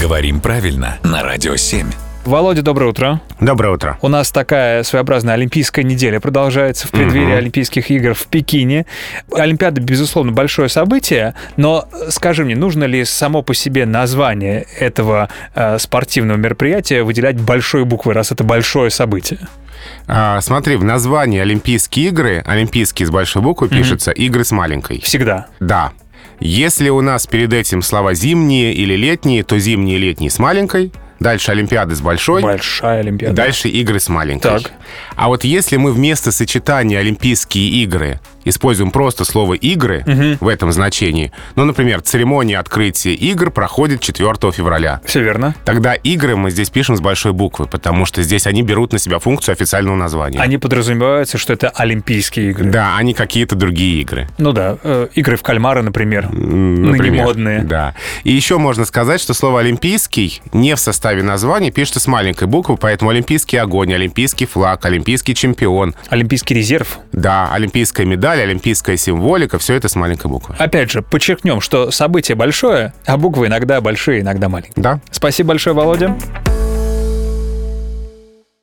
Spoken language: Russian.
Говорим правильно на Радио 7. Володя, доброе утро. Доброе утро. У нас такая своеобразная олимпийская неделя продолжается в преддверии Олимпийских игр в Пекине. Олимпиада, безусловно, большое событие, но скажи мне, нужно ли само по себе название этого э, спортивного мероприятия выделять большой буквой, раз это большое событие? А, смотри, в названии Олимпийские игры, Олимпийские с большой буквы пишется, игры с маленькой. Всегда. Да. Если у нас перед этим слова зимние или летние, то зимние и летние с маленькой, дальше Олимпиады с большой, Большая Олимпиада. дальше игры с маленькой. Так. А вот если мы вместо сочетания Олимпийские игры используем просто слово игры в этом значении, ну, например, церемония открытия игр проходит 4 февраля. Все верно. Тогда игры мы здесь пишем с большой буквы, потому что здесь они берут на себя функцию официального названия. Они подразумеваются, что это Олимпийские игры. Да, они какие-то другие игры. Ну да, э, игры в кальмары, например, М, ныне например. модные. Да. И еще можно сказать, что слово «олимпийский» не в составе названия, пишется с маленькой буквы, поэтому «олимпийский огонь», «олимпийский флаг», «олимпийский чемпион», Олимпийский резерв. да, «олимпийская медаль», «олимпийская символика», все это с маленькой буквы. Опять же, подчеркнем, что событие большое, а буквы иногда большие, иногда маленькие. Да. Спасибо большое, Володя.